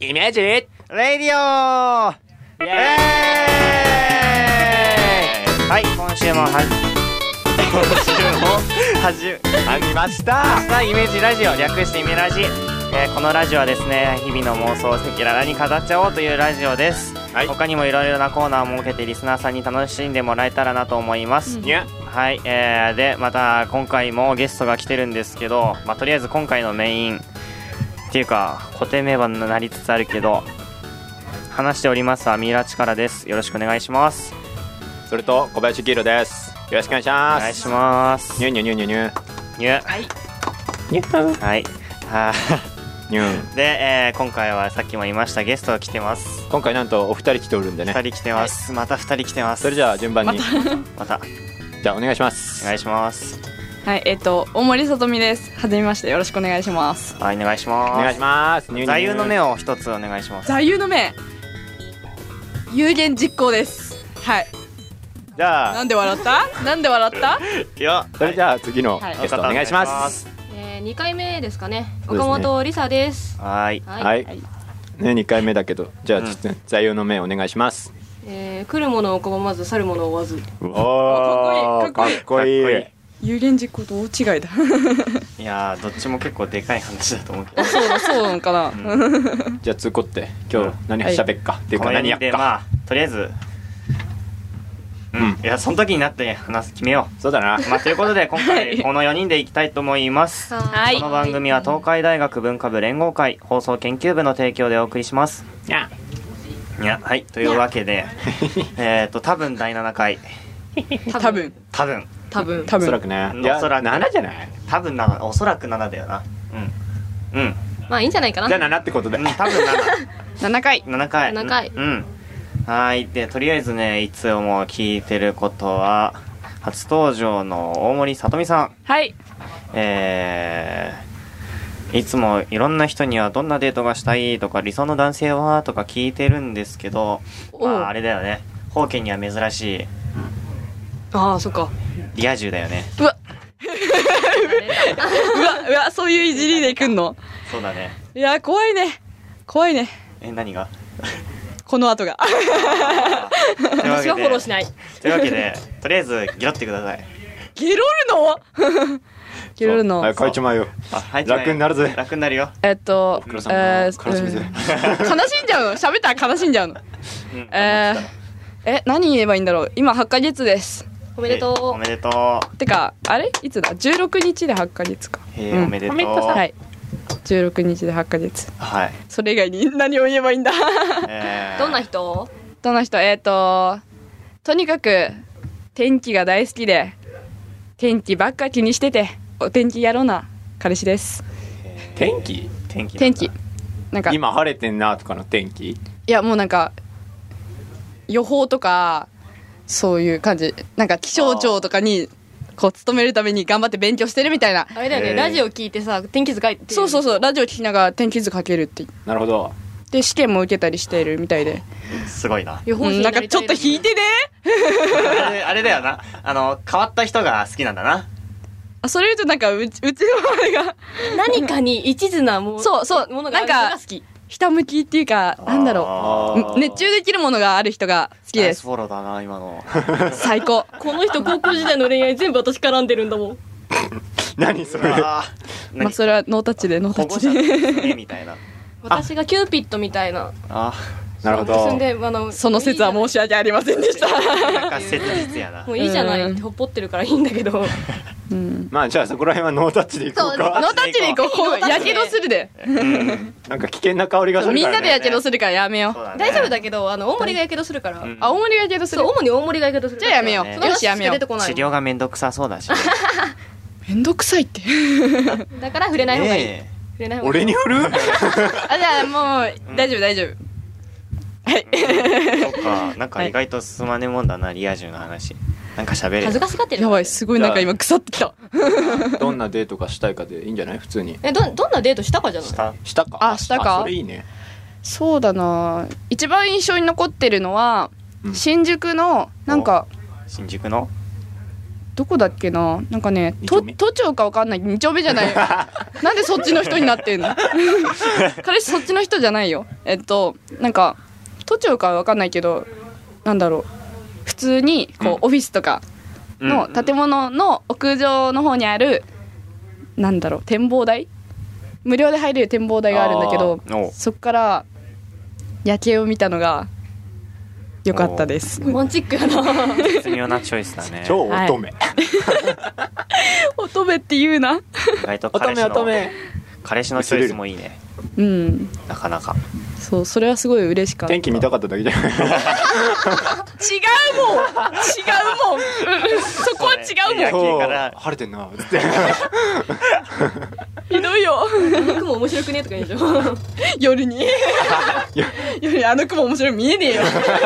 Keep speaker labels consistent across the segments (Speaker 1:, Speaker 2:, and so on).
Speaker 1: イメージレ
Speaker 2: レイディオー
Speaker 1: イ
Speaker 2: イエーイはい今週もはじ今週も始
Speaker 1: ありました
Speaker 2: さあイメージラジオ略してイメラジ、えーこのラジオはですね日々の妄想を赤裸々に語っちゃおうというラジオです、
Speaker 1: はい
Speaker 2: 他にもいろいろなコーナーを設けてリスナーさんに楽しんでもらえたらなと思います、
Speaker 1: にゃ
Speaker 2: はい、えー、でまた今回もゲストが来てるんですけど、まあ、とりあえず今回のメインっていうか固定名番になりつつあるけど話しておりますアミーラチカラですよろしくお願いします
Speaker 1: それと小林キーロですよろしくお願いし
Speaker 2: お
Speaker 1: ます
Speaker 2: 願いします
Speaker 1: ニューニューニューニューニュー
Speaker 2: ニュ
Speaker 3: はい。
Speaker 1: ニュー
Speaker 2: はいは
Speaker 1: ニュー
Speaker 2: ーで、 えー今回はさっきも言いましたゲストが来てます
Speaker 1: 今回なんとお二人来ておるんでね
Speaker 2: 2人来てます、また2人来てます
Speaker 1: それじゃあ順番に
Speaker 2: また
Speaker 1: じゃあお願いしま
Speaker 2: お
Speaker 1: す
Speaker 2: 願いします
Speaker 3: はい、えっ、と、大森さとみです。はじめまして、よろしくお願いします。
Speaker 2: はいお願いします
Speaker 1: お願いしますニューニュー
Speaker 2: 座右の目を一つお願いします
Speaker 3: 座右の銘。有言実行です。はい。
Speaker 1: じゃ
Speaker 3: な
Speaker 1: あ
Speaker 3: んで笑った。なんで笑った。
Speaker 2: いや
Speaker 1: それじゃあ次の
Speaker 3: はい
Speaker 1: ゲストお願いします
Speaker 4: えー、2回目ですかね
Speaker 1: そうですね
Speaker 4: 岡本梨沙です
Speaker 2: はい
Speaker 4: はい、
Speaker 1: はい
Speaker 3: い
Speaker 1: ね二回目だけどじゃあちょっと座右の目お願いします
Speaker 4: えー、来る者を拒まず去る者を追わず
Speaker 1: お
Speaker 3: わ
Speaker 1: ー
Speaker 3: ーかっ
Speaker 2: こいい
Speaker 1: かっ
Speaker 2: かっこいい
Speaker 1: こ
Speaker 3: 有言実行と大違いだ。
Speaker 2: いやーどっちも結構でかい話だと思うけど
Speaker 3: そうだ、そうなのかな。
Speaker 1: いじゃあ通行って今日何喋っかっていう
Speaker 2: こ
Speaker 1: か
Speaker 2: の
Speaker 1: 何
Speaker 2: 辺
Speaker 1: やっ
Speaker 2: で
Speaker 1: か
Speaker 2: まあとりあえずうん、
Speaker 1: うん
Speaker 2: いやその時になって話す決めよ
Speaker 1: そうだな
Speaker 2: うまあというこ とで今
Speaker 3: は
Speaker 2: 回
Speaker 3: い
Speaker 2: この4人でいきたいと思います、
Speaker 4: はい
Speaker 2: この番組は東海大学文化部連合会放送研究部の提供でお送りします
Speaker 1: にゃ
Speaker 2: いやはいというわけで えっと多分第7回
Speaker 3: 多分。
Speaker 2: 多分
Speaker 4: 多分
Speaker 3: 多
Speaker 1: おそら
Speaker 3: 分。
Speaker 1: くね
Speaker 2: うん
Speaker 1: いや
Speaker 2: おそらく
Speaker 1: 7じゃない
Speaker 2: 多分7おそらく7だよなうんうん
Speaker 4: まあいいんじゃないかな
Speaker 1: じゃあ7ってことで
Speaker 2: うん多分7
Speaker 3: 七回。
Speaker 2: 7回
Speaker 4: 7回
Speaker 2: うんはーいでとりあえずねいつも聞いてることは初登場の大森さとみさん
Speaker 3: はい。
Speaker 2: えーいつもいろんな人にはどんなデートがしたいとか理想の男性はとか聞いてるんですけど、
Speaker 3: おう
Speaker 2: まあ、あれだよね方家には珍しい
Speaker 4: ああそっか
Speaker 2: リア充だよね
Speaker 3: うわ。うわ、うわ、そういういじりでいくんの。
Speaker 2: そうだね
Speaker 3: いや、怖いね。怖いね。
Speaker 2: え何が
Speaker 3: この後が。
Speaker 2: 私
Speaker 4: 私はフォローしないい
Speaker 2: というわけでとりあえずギロってください
Speaker 3: ゲロる の。ゲロるの。
Speaker 1: はい書いちまうよ
Speaker 2: あはい
Speaker 1: 楽になるぜ
Speaker 2: 楽になるよ
Speaker 3: えっと、
Speaker 1: 黒さんが悲しみ
Speaker 3: う
Speaker 1: ぜ
Speaker 3: ん悲しんじゃうの喋ったら悲しんじゃうの
Speaker 2: うん
Speaker 3: えー、え何言えばいいんだろう今8ヶ月です
Speaker 4: おめでとう
Speaker 2: おめでとう
Speaker 3: てかあれいつだ16日で8ヶ月か
Speaker 2: へえ、
Speaker 3: うん
Speaker 2: おめでとう。
Speaker 3: はい16日で8ヶ月
Speaker 2: はい。
Speaker 3: それ以外に何を言えばいいんだ
Speaker 2: えー
Speaker 4: どんな人
Speaker 3: どの人えっ、ととにかく天気が大好きで天気ばっか気にしててお天気やろうな彼氏です
Speaker 1: 天気
Speaker 2: 天気。
Speaker 3: 天気。なんか
Speaker 1: 今晴れてんなとかの天気
Speaker 3: いやもうなんか予報とかそういう感じなんか気象庁とかにこう勤めるために頑張って勉強してるみたいな
Speaker 4: あれだよね、
Speaker 2: えー
Speaker 4: ラジオ聞いてさ天気図書いて
Speaker 3: そうそう
Speaker 4: う
Speaker 3: そうラジオ聞きながら天気図書けるって
Speaker 1: なるほど
Speaker 3: で試験も受けたりしているみたいで、
Speaker 2: すごいな。
Speaker 4: 予報士
Speaker 3: うん
Speaker 4: に
Speaker 3: なん
Speaker 4: な
Speaker 3: か
Speaker 4: り
Speaker 3: ち
Speaker 4: た
Speaker 3: ょっ
Speaker 4: い
Speaker 3: と
Speaker 4: らし
Speaker 3: 引
Speaker 4: い
Speaker 3: いてね
Speaker 2: あれあれだよな。あの、変わった人が好きなんだな。
Speaker 3: あそれ言うとなんかうちうちの前が
Speaker 4: 何かに一途なも
Speaker 3: そうそう
Speaker 4: ものがある人
Speaker 3: なん
Speaker 4: が
Speaker 3: か
Speaker 4: 好き
Speaker 3: ひたむきっていうかなんだろ
Speaker 1: あ
Speaker 3: う
Speaker 1: ー
Speaker 3: 熱中できるものがある人が好き
Speaker 2: ナ
Speaker 3: で
Speaker 2: イス
Speaker 3: す
Speaker 2: フォローだな、今 の。
Speaker 3: 最高
Speaker 4: この人高校時代の恋愛全部私絡んでるんだもん
Speaker 1: 何それ
Speaker 2: あー
Speaker 3: まあそれはノータッチでノータ
Speaker 2: 保
Speaker 3: ッ
Speaker 2: 護
Speaker 3: チ
Speaker 2: 者
Speaker 3: で
Speaker 2: ですね、みたいな。
Speaker 4: 私がキューピッドみたいな
Speaker 2: あ
Speaker 1: なるほ
Speaker 4: そん
Speaker 1: ど
Speaker 4: であの
Speaker 3: その説は申し訳ありませんでした、
Speaker 2: ーなんか切実やな
Speaker 4: も。ういいじゃな い
Speaker 3: うん
Speaker 4: ってほっぽってるからいいんだけど
Speaker 3: うん、
Speaker 1: まあじゃあそこら辺はノータッチでいこう
Speaker 3: ノー
Speaker 1: か
Speaker 3: タッチでいこうこうやけどするで
Speaker 2: うん
Speaker 1: なんか危険な香りがする
Speaker 3: み
Speaker 1: か
Speaker 3: ん
Speaker 1: ら
Speaker 3: なで
Speaker 1: ね
Speaker 3: やけどするからやめよう
Speaker 2: そうだね
Speaker 4: 大丈夫だけどあの大盛りがやけどするから、
Speaker 2: うん
Speaker 3: あ、大盛りがやけどす
Speaker 4: そ
Speaker 3: る
Speaker 4: う。主に大盛りがやけどする
Speaker 3: じゃあやめよう
Speaker 4: その
Speaker 3: よしやめよう
Speaker 4: 話しか出てこない
Speaker 2: 治療がめんどくさそうだし。
Speaker 3: めんどくさいって。
Speaker 4: だから触れ ない方がいい、
Speaker 2: ね
Speaker 4: 触れない方がいい
Speaker 1: 俺に振る
Speaker 3: あ、じゃあもう、大丈夫大丈夫。はい。
Speaker 2: えそっか、なんか意外と進まねえもんだな、リア充の話。なんか喋
Speaker 4: 恥
Speaker 2: る。
Speaker 4: ずかしがってる
Speaker 3: やばい、すごいなんか今腐ってきた。
Speaker 1: どんなデートがしたいかでいいんじゃない普通に
Speaker 4: えどどんなデートしたかじゃない
Speaker 2: した
Speaker 1: したか
Speaker 3: あしたか
Speaker 1: あそれいいね
Speaker 3: そうだな一番印象に残ってるのは
Speaker 1: う、ん
Speaker 3: 新宿の、なんか、
Speaker 2: 新宿の
Speaker 3: どこだっけななんかね
Speaker 1: 二
Speaker 3: 都
Speaker 1: 丁目
Speaker 3: 都庁かわかんない二丁目じゃない なんでそっちの人になってんの 彼氏そっちの人じゃないよえっとなんか都庁かわかんないけどなんだろう普通にこ
Speaker 1: う
Speaker 3: う、
Speaker 1: ん
Speaker 3: オフィスとかの建物の屋上の方にある、なんだろう展望台無料で入れる展望台があるんだけど
Speaker 2: あーおう
Speaker 3: そこから夜景を見たのが良かったです
Speaker 4: ロマンチックやな
Speaker 2: 絶妙なチョイスだね
Speaker 1: 超乙女、
Speaker 3: 乙女って言うな
Speaker 2: 意外と彼氏の彼氏のチョイスもいいね
Speaker 3: うん
Speaker 2: なかなか
Speaker 3: そうそれはすごい嬉しかった
Speaker 1: 天気見たかっただけじゃない
Speaker 3: 違うもん違うもんうんそこは違うも
Speaker 2: いや
Speaker 3: ん
Speaker 2: 野球から
Speaker 1: そう晴れてんなつって
Speaker 3: ひどいよ
Speaker 4: あの雲面白くねとか言うでしょ
Speaker 3: 夜に夜にあの雲面白い見えねえよ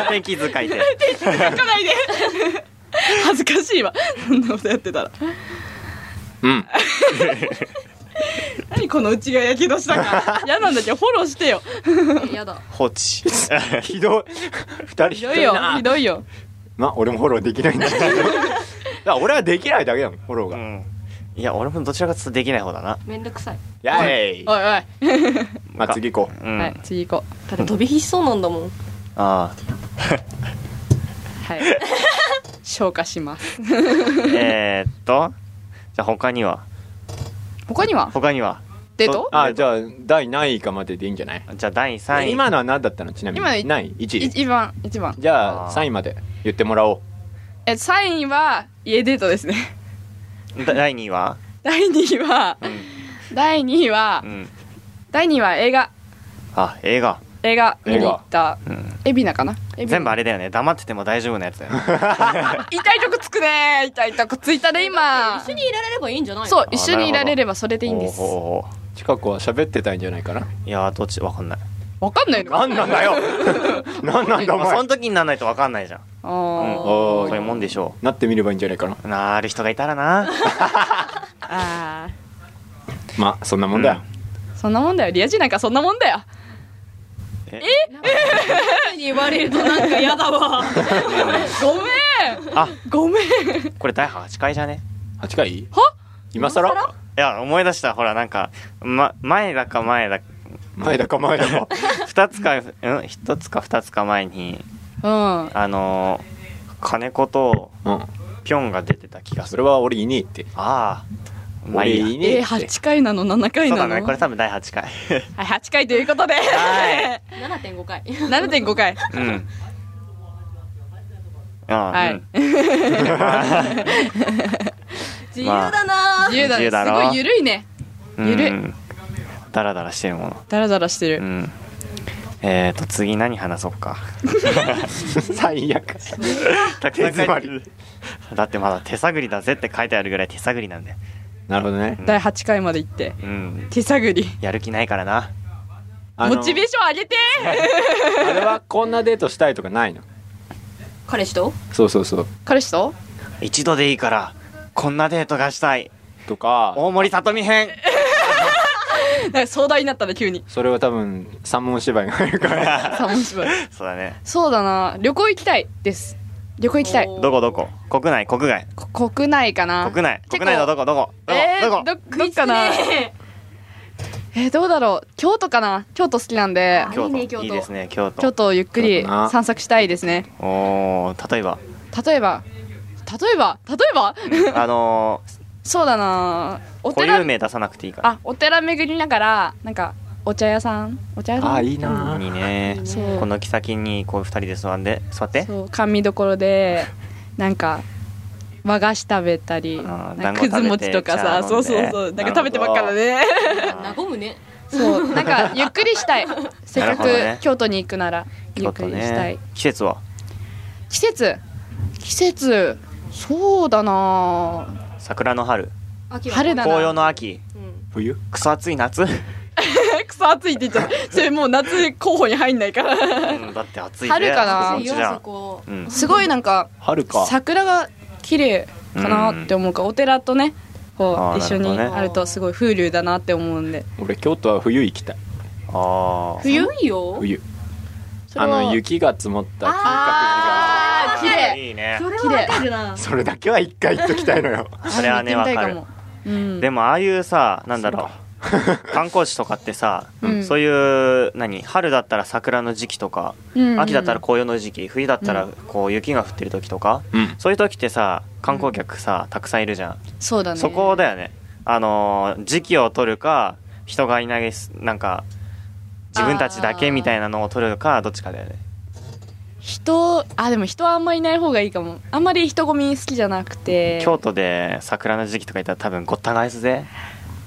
Speaker 2: 天気遣いで
Speaker 3: 泣かないで恥ずかしいわそんなことやってたら
Speaker 1: うん
Speaker 3: 何このうちがやけどしたか嫌なんだけどフォローしてよ
Speaker 4: えやだ
Speaker 2: 放置
Speaker 1: ひどい二人ひ
Speaker 3: ひどいよ
Speaker 1: な
Speaker 3: ひどいよ
Speaker 1: な俺もフォローできないんだけどだから俺はできないだけだもんフォロー
Speaker 2: う
Speaker 1: が、
Speaker 2: んいや俺もどちらかというとできない方だな
Speaker 4: めんどくさい
Speaker 1: やい
Speaker 3: おいおい、
Speaker 1: まあ次行こう
Speaker 2: うん、
Speaker 3: はい次行こう
Speaker 4: だって飛び火しそうなんだもん
Speaker 2: ああ
Speaker 3: はい 消化します
Speaker 2: えー、っとじゃあ他には
Speaker 3: 他には
Speaker 2: 他には
Speaker 3: デート
Speaker 1: あじゃあ第何位かまででいいんじゃない
Speaker 2: じゃあ第3位
Speaker 1: 今のは何だったのちなみに
Speaker 3: 今のい
Speaker 1: 何位
Speaker 3: い
Speaker 1: 1位
Speaker 3: 一番一番
Speaker 1: じゃあ
Speaker 2: あー
Speaker 1: 3位まで言ってもらおう
Speaker 3: え3位は家デートですね
Speaker 2: だ第2位は
Speaker 3: 第2位は
Speaker 2: うん、
Speaker 3: 第2位は、
Speaker 2: うん、
Speaker 3: 第2位は映画
Speaker 2: あ映画、
Speaker 3: 映画見
Speaker 1: 映画
Speaker 3: に行った
Speaker 2: うん、
Speaker 3: 海老名かな
Speaker 2: 全部
Speaker 3: あ
Speaker 2: あれだよね黙ってても大丈夫なやつだよね
Speaker 3: 痛いとこつくね痛いとこついたね今
Speaker 4: 一緒にいられればいいんじゃないの
Speaker 3: そう
Speaker 2: あ
Speaker 3: 一緒にいられればそれでいいんです
Speaker 2: ほうほうほ
Speaker 1: 近くは喋ってたいんじゃないかな
Speaker 2: ういやーどっちわかんない、
Speaker 3: わかんないの
Speaker 1: 何なん だよ何なんだお
Speaker 2: まあ、そ
Speaker 1: 前
Speaker 2: の時にならないとわかんないじゃん
Speaker 3: あー
Speaker 1: お
Speaker 2: そういうもんでしょ
Speaker 1: なってみればいいんじゃないかな
Speaker 2: うなる人がいたらな
Speaker 3: あ
Speaker 1: まあそんなもんだよ、
Speaker 3: ーそんなもんだよリア充なんかそんなもんだよ
Speaker 2: え
Speaker 4: 人に言われるとなんかやだわ
Speaker 3: ごめん
Speaker 2: あ
Speaker 3: ごめん
Speaker 2: これ第8回じゃね
Speaker 1: 8回
Speaker 3: は
Speaker 1: 今更
Speaker 2: いや思い出したほらなんか、ま、前だか前だか
Speaker 1: 前だか前だ か
Speaker 2: 2つ か、うん、一つか2つか前に
Speaker 3: うん
Speaker 2: あのー金子と
Speaker 1: うん
Speaker 2: ピョンが出てた気がす
Speaker 1: そ
Speaker 2: る
Speaker 1: れは俺いねえって
Speaker 2: ああまあ
Speaker 1: 俺
Speaker 2: いいや
Speaker 1: いね
Speaker 3: え
Speaker 1: え
Speaker 3: ー、
Speaker 1: って
Speaker 3: 8回なの7回
Speaker 2: そう
Speaker 3: な
Speaker 2: だ
Speaker 3: の
Speaker 2: ねこれ多分第8回
Speaker 3: はい8回ということで
Speaker 2: は
Speaker 4: 7.5回
Speaker 3: 7.5回
Speaker 2: うんあ
Speaker 3: は
Speaker 2: あ
Speaker 3: い
Speaker 2: うん
Speaker 4: 自由だな
Speaker 3: 自由
Speaker 2: 自
Speaker 3: だね
Speaker 2: 由だ
Speaker 3: す
Speaker 2: ろ
Speaker 3: ごい緩いねゆるい
Speaker 2: うんダラダラしてるもの
Speaker 3: ダラダラして
Speaker 2: う
Speaker 3: る
Speaker 2: んえーと次何話そうか
Speaker 1: 最悪
Speaker 2: 手
Speaker 1: 手詰まり
Speaker 2: だってまだ手探りだぜって書いてあるぐらい手探りなんで
Speaker 1: なるほどね
Speaker 3: 第8回まで行って
Speaker 2: うん
Speaker 3: 手探り
Speaker 2: やる気ないからな
Speaker 1: あの
Speaker 3: モチベーション上げて
Speaker 1: あれはこんなデートしたいとかないの
Speaker 4: 彼氏と
Speaker 1: そうそうそう
Speaker 3: 彼氏と
Speaker 2: 一度でいいからこんなデートがしたい
Speaker 1: とか
Speaker 2: 大森さとみ編
Speaker 3: なんか壮大になったら急に
Speaker 1: それは多分三文芝居が入るから
Speaker 3: 三文芝居
Speaker 2: そうだね
Speaker 3: そうだな旅行行きたいです旅行行きたい
Speaker 4: お
Speaker 2: どこどこ国内国外
Speaker 3: こ国内かな
Speaker 2: 国内
Speaker 3: 結構
Speaker 2: 国内のどこどこどこ
Speaker 3: えー、
Speaker 2: ど
Speaker 3: ど
Speaker 2: こ
Speaker 3: どっかな
Speaker 4: ね
Speaker 3: えー、どうだろう京都かな京都好きなんで
Speaker 4: あ
Speaker 2: 京
Speaker 4: いいね京
Speaker 2: 都
Speaker 4: 都
Speaker 2: いいですね京
Speaker 3: 京
Speaker 2: 都
Speaker 3: 都をゆっくり
Speaker 1: 京都な
Speaker 3: 散策したいですね
Speaker 2: おー例 えば
Speaker 3: 例えば例えば例えば
Speaker 2: あの
Speaker 3: そうだなお
Speaker 2: ー固有
Speaker 3: 寺
Speaker 2: 名出さなくていいから
Speaker 3: あお寺巡りながらなんかお茶屋さんお茶屋さん
Speaker 1: ああいい
Speaker 2: あ
Speaker 1: な
Speaker 2: ーいいね
Speaker 3: そう
Speaker 2: この木先にこう二人で座んで座って
Speaker 3: そう甘味どころでなんか和菓子食べたり
Speaker 2: あー
Speaker 3: なんか
Speaker 2: 団子
Speaker 3: くず
Speaker 2: 食べ
Speaker 3: 餅
Speaker 2: て
Speaker 3: とか
Speaker 2: 茶飲ん
Speaker 3: さ
Speaker 2: で
Speaker 3: そうそうそうなんか食べてばっからね
Speaker 2: あー
Speaker 4: 和むね
Speaker 3: そうなんかゆっくりした いせっか
Speaker 2: なるほどね
Speaker 3: く京都に行くならゆっくりした
Speaker 2: 京都ね
Speaker 3: い、
Speaker 2: 季節は
Speaker 3: 季節季節そうだなぁ
Speaker 2: 桜の春
Speaker 4: 秋は
Speaker 3: 春だな
Speaker 2: 紅葉の秋
Speaker 4: うん
Speaker 1: 冬
Speaker 2: クソ暑い夏
Speaker 3: くそ暑いって言っちゃったそれもう夏候補に入んないから
Speaker 2: うん だって暑いね
Speaker 3: 春かなあ
Speaker 2: こっ
Speaker 4: いい
Speaker 2: ち
Speaker 4: よ
Speaker 2: じゃ
Speaker 4: そ
Speaker 2: ん
Speaker 4: こ
Speaker 2: うん
Speaker 3: すごいなんか
Speaker 1: 春か
Speaker 3: 桜が綺麗かなって思うからお寺とねこ
Speaker 2: あ
Speaker 3: う
Speaker 2: ー
Speaker 3: 一緒に
Speaker 2: なるほどね
Speaker 3: あるとすごい風流だなって思うんで
Speaker 1: 俺京都は冬行きたい
Speaker 2: ああ
Speaker 4: 冬いよ
Speaker 1: 冬
Speaker 4: それ
Speaker 1: あ
Speaker 4: は
Speaker 1: の雪が積もった金閣寺が
Speaker 4: あ
Speaker 3: ー綺麗
Speaker 2: いいね
Speaker 4: それはわかるな
Speaker 1: それだけは一回言っときたいのよ
Speaker 2: それはね
Speaker 3: あ見てみたい
Speaker 2: わ
Speaker 3: もうん
Speaker 2: でもああいうさなんだろう 観光地とかってさ、
Speaker 3: うん
Speaker 2: そういう何春だったら桜の時期とか、
Speaker 3: うん
Speaker 2: 秋だったら紅葉の時期冬だったらこう雪が降ってる時とか、
Speaker 1: うん
Speaker 2: そういう時ってさ観光客さ、たくさんいるじゃん
Speaker 3: そうだね
Speaker 2: そこだよねあのー時期を取るか人がいないすなんか自分たちだけみたいなのを取るかどっちかだよね
Speaker 3: 人あでも人はあんまいない方がいいかもあんまり人混み好きじゃなくて
Speaker 2: 京都で桜の時期とかいたら多分ごった返すぜ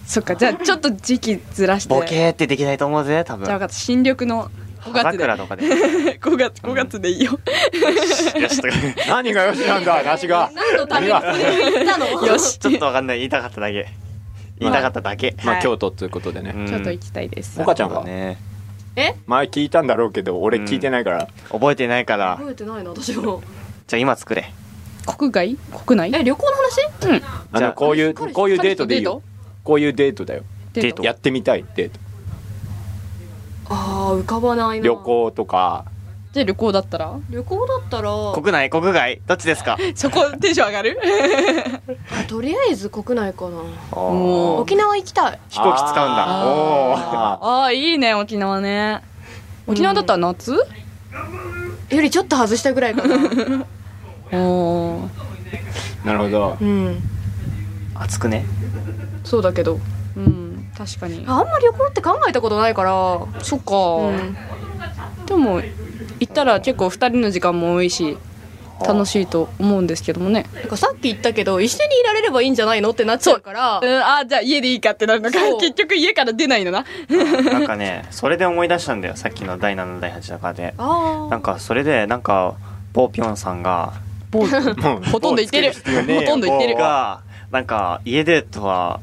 Speaker 3: そっかじゃあちょっと時期ずらして
Speaker 2: ボケーってできないと思うぜ多
Speaker 3: じゃ
Speaker 2: 分
Speaker 3: あ分かった新緑の5月で
Speaker 2: 桜 とかでよ
Speaker 3: 5月5月でいいよ
Speaker 2: しとか
Speaker 1: 何がよしなんだ梨が
Speaker 4: 何のためにこれを言ったの
Speaker 3: よし
Speaker 2: ちょっとわかんない言いたかっただけ言いたかっただけ、
Speaker 1: まあ京都ということでね
Speaker 3: 京都行きたいです
Speaker 1: 岡ちゃんは
Speaker 2: ね
Speaker 1: 前聞いたんだろうけど俺聞いてないから
Speaker 2: 覚えてないから
Speaker 4: 覚えてないな私も
Speaker 2: じゃあ今作れ
Speaker 3: 国外国内
Speaker 4: え旅行の話
Speaker 3: うん
Speaker 1: あ
Speaker 2: じゃあ
Speaker 1: のこういう
Speaker 4: 彼氏
Speaker 1: こういうデートでいいよこういうデートだよ
Speaker 3: デ
Speaker 2: デ
Speaker 3: ー
Speaker 2: ー
Speaker 3: ト
Speaker 2: ト
Speaker 1: やってみたいデート
Speaker 4: ああ浮かばないな
Speaker 1: 旅行とか
Speaker 3: じゃあ旅行だったら
Speaker 4: 旅行だったら
Speaker 2: 国内国外どっちですか
Speaker 3: そこテンション上がる
Speaker 4: あとりあえず国内かな
Speaker 3: おー
Speaker 4: 沖縄行きたい
Speaker 2: 飛行機使うんだおー
Speaker 1: あ
Speaker 3: ああいいね沖縄ね沖縄だったら夏、
Speaker 4: よりちょっと外したぐらいかな
Speaker 3: おー
Speaker 1: なるほど
Speaker 4: うん
Speaker 2: 暑くね
Speaker 3: そうだけどうん確かに
Speaker 4: あんま旅行って考えたことないから
Speaker 3: そっか、でも行ったら結構2人の時間も多いし楽しいと思うんですけどもね
Speaker 4: なんかさっき言ったけど一緒にいられればいいんじゃないのってなっちゃうから
Speaker 3: うんあーじゃあ家でいいかってなるのか
Speaker 4: そう
Speaker 3: 結局家から出ないのな
Speaker 2: なんかねそれで思い出したんだよさっきの第7第8だからで
Speaker 4: あ
Speaker 2: なんかそれでなんかボーピョンさんが
Speaker 3: もう ほとんど行ってる
Speaker 1: もう作る必要ねえよ
Speaker 3: ほとんど行ってる
Speaker 2: がなんか家デートは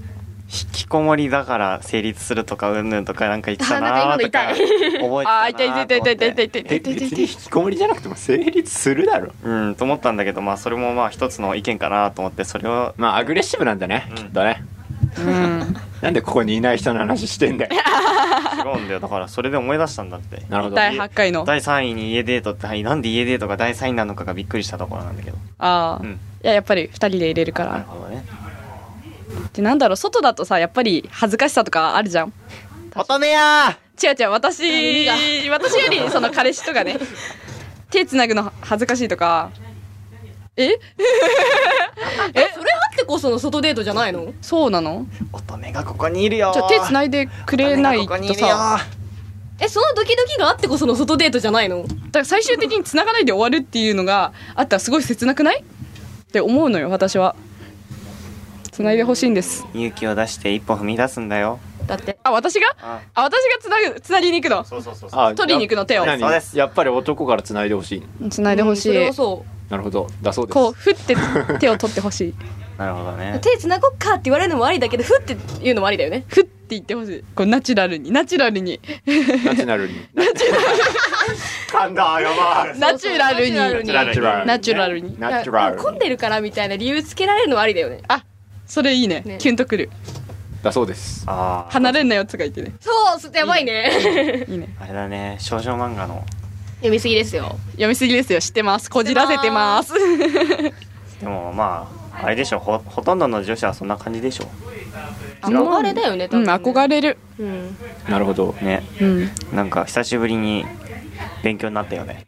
Speaker 2: 引きこもりだから成立するとかうんぬんとかなんか言ってたなー
Speaker 4: あな
Speaker 2: と
Speaker 4: んか
Speaker 2: か
Speaker 4: 今の
Speaker 2: 覚えてたなーと
Speaker 3: あ
Speaker 2: か
Speaker 3: ー痛い痛い痛い痛い痛い痛い痛い痛
Speaker 1: え
Speaker 3: い痛
Speaker 1: 別
Speaker 3: い痛い
Speaker 1: に引きこもりじゃなくても成立するだろ
Speaker 2: うんと思ったんだけどまあそれもまあ一つの意見かなと思ってそれを
Speaker 1: まあアグレッシブなんだね
Speaker 2: うん
Speaker 1: きっとね
Speaker 3: うん
Speaker 1: なんでここにいない人の話してんだよ
Speaker 2: 違うんだよだからそれで思い出したんだって
Speaker 1: なるほど
Speaker 3: 第8回のあ
Speaker 2: 第3位に家デートってはいなんで家デートが第3位なのかがびっくりしたところなんだけど
Speaker 3: あー、
Speaker 2: うん
Speaker 3: いややっぱり2人で入れるか
Speaker 2: なる
Speaker 3: ら
Speaker 2: ほどね
Speaker 3: でなんだろう外だとさやっぱり恥ずかしさとかあるじゃん
Speaker 2: 乙女や
Speaker 3: 違う違う
Speaker 4: 耳が
Speaker 3: 私私よりその彼氏とかね手つなぐの恥ずかしいとかえ
Speaker 4: えそれあってこその外デートじゃないの
Speaker 3: そうなの
Speaker 2: 乙女がここにいるよ
Speaker 3: じゃあ手つないでくれない
Speaker 2: 乙女がここに
Speaker 3: と
Speaker 2: いるよ
Speaker 3: さ
Speaker 4: えそのドキドキがあってこその外デートじゃないの
Speaker 3: だから最終的につながないで終わるっていうのがあったらすごい切なくないって思うのよ私はつないでほしいんです
Speaker 2: 勇気を出して一歩踏み出すんだよ
Speaker 4: だって
Speaker 3: あ私が
Speaker 2: あ
Speaker 3: あ私がつなぐつなぎに行くの
Speaker 2: そうそうそうそう
Speaker 1: あ
Speaker 3: 取りに行くの手を
Speaker 1: 何
Speaker 2: そうです
Speaker 1: やっぱり男から繋いでほしい
Speaker 3: つないでほし
Speaker 4: うんそれ
Speaker 3: い、
Speaker 4: はそ
Speaker 1: なるほどだそうです
Speaker 3: こうふって手を取ってほしい
Speaker 2: なるほど
Speaker 4: う
Speaker 2: ね
Speaker 4: 手繋ごっかって言われるのもありだけどふって言うのもありだよね
Speaker 3: ふって言ってほしいこうナチュラルにナチュラルに
Speaker 1: ナチュラ ルに。ナチュラル。なんだ、やばい。
Speaker 3: ナチュラルに
Speaker 4: ナチュラル
Speaker 1: ナ
Speaker 4: に
Speaker 1: チュラルに。
Speaker 3: ナチュラルに
Speaker 1: ナチュラルに。
Speaker 4: 混んでるからみたいな理由つけられるのもありだよね
Speaker 3: あそれいいね
Speaker 4: ね
Speaker 3: キュンとくる
Speaker 1: だそうです。
Speaker 2: ああ
Speaker 3: 離れんなよとか言ってね
Speaker 4: そうすやばいね
Speaker 3: いいね
Speaker 2: あれだね少女漫画の
Speaker 4: 読みすぎですよ
Speaker 3: 読みすぎですよ知ってますこじらせてます
Speaker 2: でもまああれでしょほほとんどの女子はそんな感じでしょ
Speaker 4: 憧れだよね
Speaker 3: うん憧れる
Speaker 4: れうん
Speaker 1: なるほど。
Speaker 2: ね
Speaker 3: うん
Speaker 2: なんか久しぶりに勉強になったよ ね、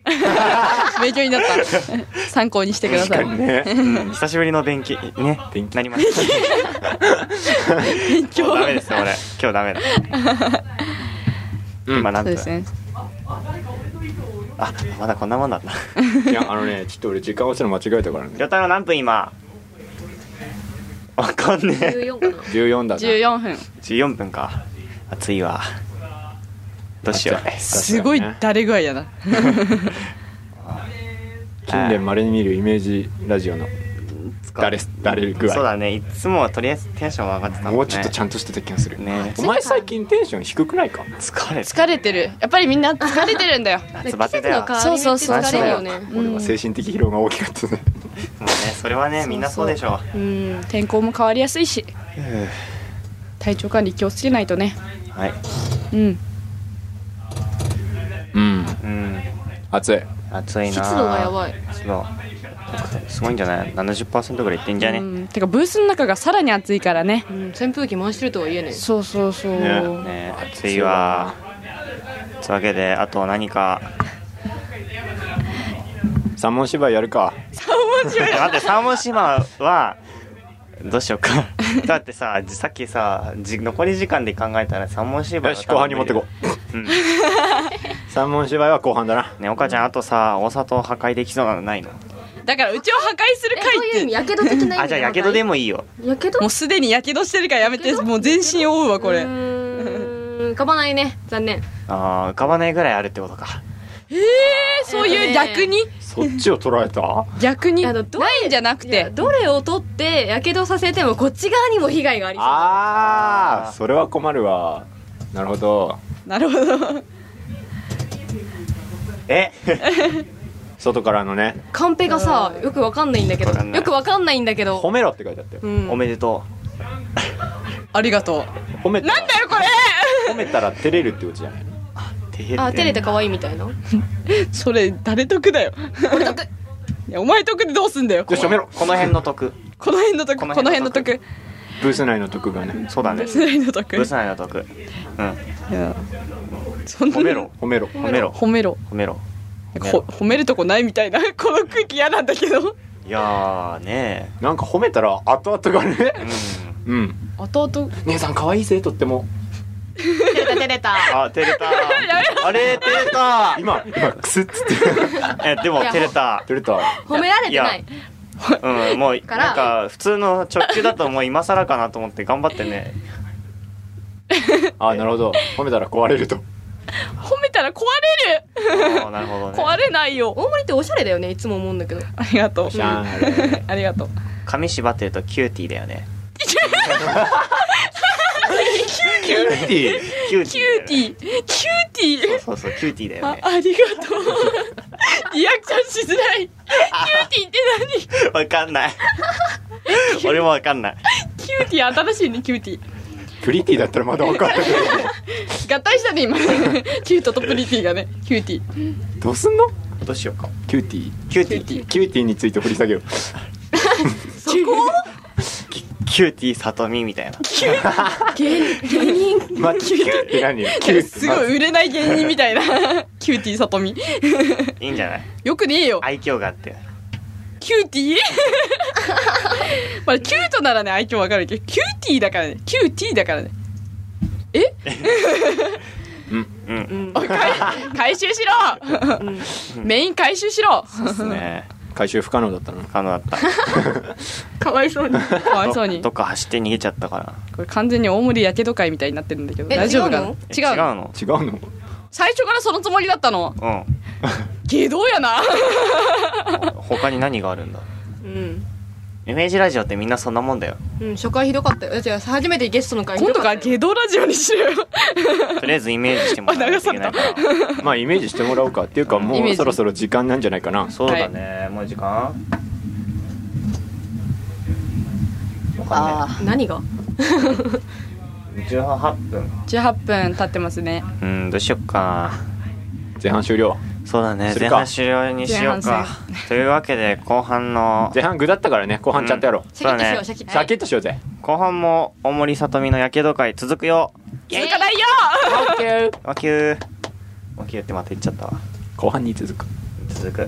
Speaker 3: 勉強になった 参考にしてください
Speaker 1: ね。
Speaker 2: うん、久しぶりの勉強ね
Speaker 1: 勉強
Speaker 2: なりました 勉強ダメですよ俺今日ダメだ
Speaker 1: うん
Speaker 2: 今
Speaker 3: そ
Speaker 2: 何
Speaker 3: う
Speaker 2: 分
Speaker 3: ですね
Speaker 2: あまだこんなもん なんだ
Speaker 1: いや、あのね、ちょっと俺時間押すの間違えたからね。
Speaker 2: 両太郎何分今わかんねえ
Speaker 4: 14かな
Speaker 1: 十四だな。
Speaker 3: 14分
Speaker 2: 14分か暑いわどうしよう
Speaker 3: すごい誰具合やな
Speaker 1: 近年まれに見るイメージラジオの。誰す、誰具
Speaker 2: そ
Speaker 1: 合。
Speaker 2: うだねいつもはとりあえずテンション上がってたもんね
Speaker 1: もうちょっとちゃんとしてた気がする。
Speaker 2: ね
Speaker 1: お前最近テンション低くないか。
Speaker 2: 疲れ
Speaker 3: 疲れてるやっぱりみんな疲れてるんだ よ
Speaker 2: 夏バテだよもうね
Speaker 4: そうそうそう
Speaker 3: そうそう
Speaker 4: 疲れるよね
Speaker 1: 俺は精神的疲労が大きかったね。
Speaker 2: それはねみんなそうでしょ
Speaker 4: うん
Speaker 3: 天候も変わりやすいし体調管理気をつけないとね
Speaker 2: はい
Speaker 3: うん
Speaker 1: うん。
Speaker 2: うん
Speaker 1: 暑い。
Speaker 2: 暑いな
Speaker 4: 湿度がやばい
Speaker 2: 湿度すごいんじゃない70%ぐらいいってんじゃね、
Speaker 3: うん、てかブースの中がさらに暑いからね
Speaker 4: うん、扇風機回してるとは言えね
Speaker 3: そうそうそう、
Speaker 1: ね
Speaker 2: ね暑いわというわけであと何か
Speaker 1: 三文芝居やるか
Speaker 2: 待って三文島はどうしよう かだってさじさっきさじ残り時間で考えたら三文芝居
Speaker 1: よし後半に持ってこ
Speaker 2: う、うん、
Speaker 1: 三文芝居は後半だな
Speaker 2: ねお母ちゃんあとさお砂糖破壊できそうなのないの
Speaker 3: だからうちを破壊する
Speaker 4: え
Speaker 3: 会
Speaker 4: そういう意
Speaker 3: っ
Speaker 4: 味
Speaker 3: て
Speaker 4: やけど的な意味
Speaker 2: あじゃあやけどで
Speaker 4: も
Speaker 2: もいいよ
Speaker 4: やけど
Speaker 3: もうすでにやけどしてるからやめてもう全身覆うわこ
Speaker 4: う
Speaker 3: れ
Speaker 4: ーん浮かばないね残念
Speaker 2: あー浮かばないぐらいあるってことか
Speaker 3: そういう逆に
Speaker 1: そっちを捉えた
Speaker 3: 逆に
Speaker 4: いや
Speaker 3: な
Speaker 4: どう
Speaker 3: いんじゃなく
Speaker 4: いや
Speaker 3: て
Speaker 4: どれを取ってやけどさせてもこっち側にも被害がありそう
Speaker 1: ああそれは困るわなるほど
Speaker 3: なるほど
Speaker 2: え
Speaker 1: 外からのね
Speaker 4: カンペがさよくわかんないんだけど
Speaker 2: わかんない
Speaker 4: よくわかんないんだけ
Speaker 1: 褒
Speaker 4: ど
Speaker 1: めろって書いてあったよ
Speaker 4: うん
Speaker 2: おめでと
Speaker 3: ありがとう
Speaker 1: 褒めたら
Speaker 3: なんだよこれ
Speaker 1: 褒めたら照れるってことじゃないう
Speaker 2: てへて
Speaker 4: あ照れて可愛いみたいな
Speaker 3: それ誰得だよ
Speaker 4: 俺得
Speaker 3: いやお前得でどうすんだよ
Speaker 1: よし褒めろ
Speaker 2: この辺の得
Speaker 3: この辺の得
Speaker 2: こ
Speaker 3: こ
Speaker 2: の
Speaker 3: の
Speaker 2: 辺
Speaker 3: 辺
Speaker 2: の
Speaker 3: の
Speaker 2: 得
Speaker 3: 得
Speaker 1: ブース内の得がね
Speaker 2: そうだね
Speaker 3: この辺の得
Speaker 2: ブース内の得うん
Speaker 3: いやそんな
Speaker 2: 褒めろ
Speaker 1: 褒めろ
Speaker 2: 褒めろ
Speaker 3: 褒めろ
Speaker 2: 褒めろ
Speaker 3: なんかほ褒めるとこないみたいな この空気嫌なんだけど
Speaker 2: いやーね
Speaker 1: なんか褒めたら後々がね
Speaker 2: え、うん
Speaker 1: うん
Speaker 3: 後々
Speaker 1: 姉さん可愛いぜとっても
Speaker 4: 照れた照れた
Speaker 2: あ、照 れた。あれ、照れた。
Speaker 1: 今今クスッつって
Speaker 2: え、でも照れた。
Speaker 1: 照れた
Speaker 4: 褒められてない
Speaker 2: うん、もう、
Speaker 4: から
Speaker 2: なんか、普通の直球だと、もう今更かなと思って、頑張って ね。
Speaker 1: あなるほど褒めたら壊れると
Speaker 3: 褒めたら壊れる
Speaker 2: あーなるほどね。
Speaker 3: 壊れないよ
Speaker 4: 大森っておしゃれだよねいつも思うんだけど
Speaker 3: ありがとう
Speaker 1: シャーレ
Speaker 3: ありがとう
Speaker 2: 髪縛ってると、キューティーだよ ね。
Speaker 1: キューティー
Speaker 2: キュー
Speaker 3: キューテ
Speaker 2: ィ
Speaker 3: ィーキューティー
Speaker 2: ー。そうそう、キューティーだよ
Speaker 3: あ
Speaker 2: ね。
Speaker 3: ありがとうリアクションしづらいキューティーって何
Speaker 2: わかんない。 俺もわかんない。
Speaker 3: キューティー新しいねキューティー
Speaker 1: プリティだったらまだ分かるけ
Speaker 3: 合体したね今ねキュートとプリティがねキューティー
Speaker 1: どどうすんの
Speaker 2: どうしようか。
Speaker 1: キューティ
Speaker 2: キューティー。
Speaker 1: ーキューティーについて掘り下げよう
Speaker 3: そこ
Speaker 2: キューティーさとみみたいな。
Speaker 4: 芸人芸 人
Speaker 1: まあ、キューティーって何よキューティー
Speaker 3: すごい売れない芸人みたいなキューティーさとみ
Speaker 2: いいんじゃない。
Speaker 3: よくねえよ
Speaker 2: 愛嬌があって。
Speaker 3: キューティーまあキュートならね愛嬌わかるけどキューティーだからねキューティーだからね
Speaker 2: うん。
Speaker 4: うん
Speaker 3: 回収しろメイン回収しろ
Speaker 2: ですね。
Speaker 1: 回収不可能だったな
Speaker 2: 不可能だった。
Speaker 3: かわいそうにかわいそうに
Speaker 2: どっか走って逃げちゃったから。
Speaker 3: これ完全に大森やけど会みたいになってるんだけど
Speaker 4: え
Speaker 3: 大丈夫かな
Speaker 4: 違うの
Speaker 2: え
Speaker 3: 違う
Speaker 2: 違う
Speaker 3: の
Speaker 2: の。
Speaker 1: 違うの
Speaker 3: 最初からそのつもりだったの
Speaker 2: うん。
Speaker 3: 下道やな
Speaker 2: 他に何があるんだ。
Speaker 4: うん
Speaker 2: イメージラジオってみんなそんなもんだよ。
Speaker 4: うん初回ひどかったよじゃあ初めてゲストの回 ひ
Speaker 3: 今
Speaker 4: ど
Speaker 3: 度
Speaker 4: かっ
Speaker 3: か
Speaker 4: た
Speaker 3: ら
Speaker 4: よ
Speaker 3: 下道ラジオにしろよ
Speaker 2: とりあえずイメージしてもらわないといけないから。
Speaker 1: まあイメージしてもらおうかっていうか
Speaker 3: イ
Speaker 1: も
Speaker 3: メー
Speaker 1: う
Speaker 3: ジ
Speaker 1: そろそろ時間なんじゃないかな
Speaker 2: そうだね、もう時間わかん
Speaker 4: 何が
Speaker 2: ない。18分。
Speaker 3: 18分経ってますね
Speaker 2: うん、どうしよっか。
Speaker 1: 前半終了
Speaker 2: そうだね、
Speaker 1: す
Speaker 2: 前
Speaker 1: るか
Speaker 2: 半終了にしよう
Speaker 3: 前
Speaker 2: か
Speaker 3: 半。
Speaker 2: というわけで、後半の、
Speaker 1: 前半具だったからね後半ちゃんとやろう
Speaker 4: シャキッと
Speaker 2: そう
Speaker 4: しよ
Speaker 2: だね
Speaker 4: うシャキッと
Speaker 1: シャキッとしようぜ
Speaker 2: 後半も大森さとみのやけど会続くよ。
Speaker 3: 続かないよ
Speaker 2: わきゅー。わきゅーってまた言っちゃったわ。
Speaker 1: 後半に続く
Speaker 2: 続く。